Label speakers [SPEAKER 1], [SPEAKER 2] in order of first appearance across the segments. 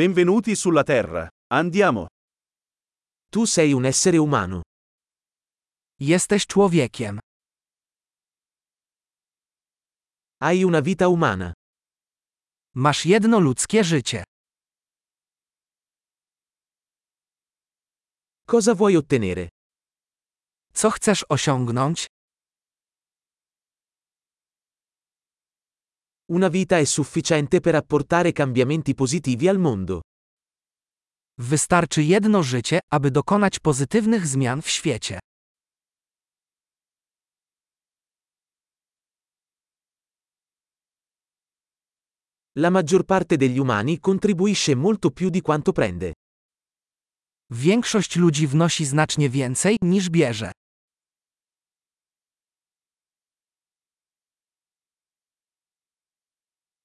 [SPEAKER 1] Benvenuti sulla Terra. Andiamo.
[SPEAKER 2] Tu sei un essere umano.
[SPEAKER 3] Jesteś człowiekiem.
[SPEAKER 2] Hai una vita umana.
[SPEAKER 3] Masz jedno ludzkie życie.
[SPEAKER 2] Cosa vuoi ottenere?
[SPEAKER 3] Co chcesz osiągnąć?
[SPEAKER 2] Una vita è sufficiente per apportare cambiamenti positivi al mondo.
[SPEAKER 3] Wystarczy jedno życie, aby dokonać pozytywnych zmian w świecie.
[SPEAKER 2] La maggior parte degli umani contribuisce molto più di quanto prende.
[SPEAKER 3] Większość ludzi wnosi znacznie więcej niż bierze.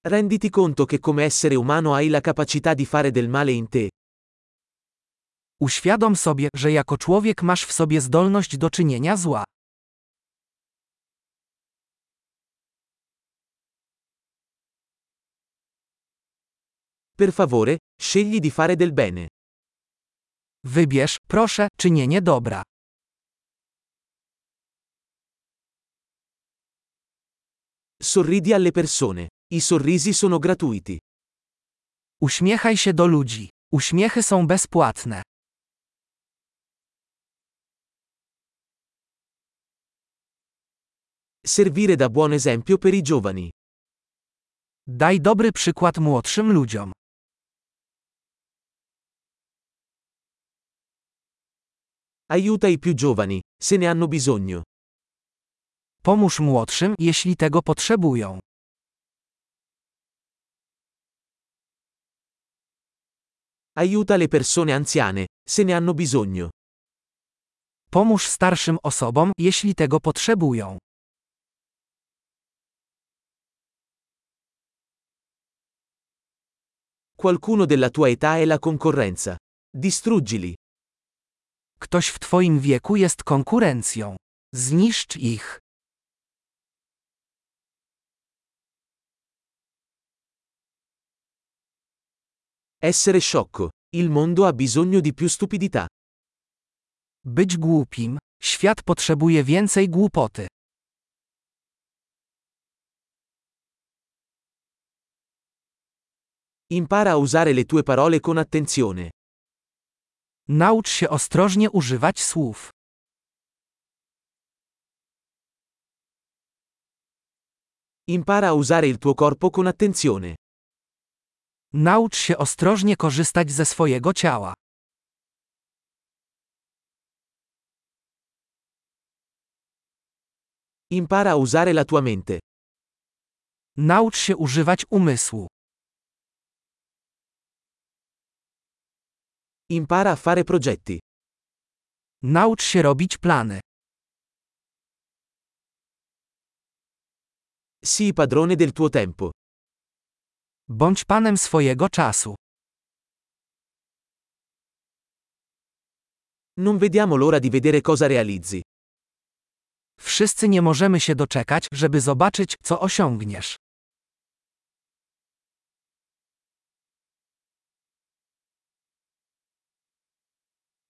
[SPEAKER 2] Renditi conto che come essere umano hai la capacità di fare del male in te.
[SPEAKER 3] Uświadom sobie, że jako człowiek masz w sobie zdolność do czynienia zła.
[SPEAKER 2] Per favore, scegli di fare del bene.
[SPEAKER 3] Wybierz, proszę, czynienie dobra.
[SPEAKER 2] Sorridi alle persone. I sorrisi sono gratuiti.
[SPEAKER 3] Uśmiechaj się do ludzi. Uśmiechy są bezpłatne.
[SPEAKER 2] Servire da buon esempio per i giovani.
[SPEAKER 3] Daj dobry przykład młodszym ludziom.
[SPEAKER 2] Aiuta i più giovani, se ne hanno bisogno.
[SPEAKER 3] Pomóż młodszym, jeśli tego potrzebują.
[SPEAKER 2] Aiuta le persone anziane, se ne hanno bisogno.
[SPEAKER 3] Pomóż starszym osobom, jeśli tego potrzebują.
[SPEAKER 2] Qualcuno della tua età è la concorrenza. Distruggili.
[SPEAKER 3] Ktoś w twoim wieku jest konkurencją. Zniszcz ich.
[SPEAKER 2] Essere sciocco. Il mondo ha bisogno di più stupidità.
[SPEAKER 3] Być głupim. Świat potrzebuje więcej głupoty.
[SPEAKER 2] Impara a usare le tue parole con attenzione.
[SPEAKER 3] Naucz się ostrożnie używać słów.
[SPEAKER 2] Impara a usare il tuo corpo con attenzione.
[SPEAKER 3] Naucz się ostrożnie korzystać ze swojego ciała.
[SPEAKER 2] Impara a usare la tua mente.
[SPEAKER 3] Naucz się używać umysłu.
[SPEAKER 2] Impara a fare progetti.
[SPEAKER 3] Naucz się robić plany.
[SPEAKER 2] Sii padrone del tuo tempo.
[SPEAKER 3] Bądź panem swojego czasu.
[SPEAKER 2] Non vediamo l'ora di vedere cosa realizzi.
[SPEAKER 3] Wszyscy nie możemy się doczekać, żeby zobaczyć, co osiągniesz.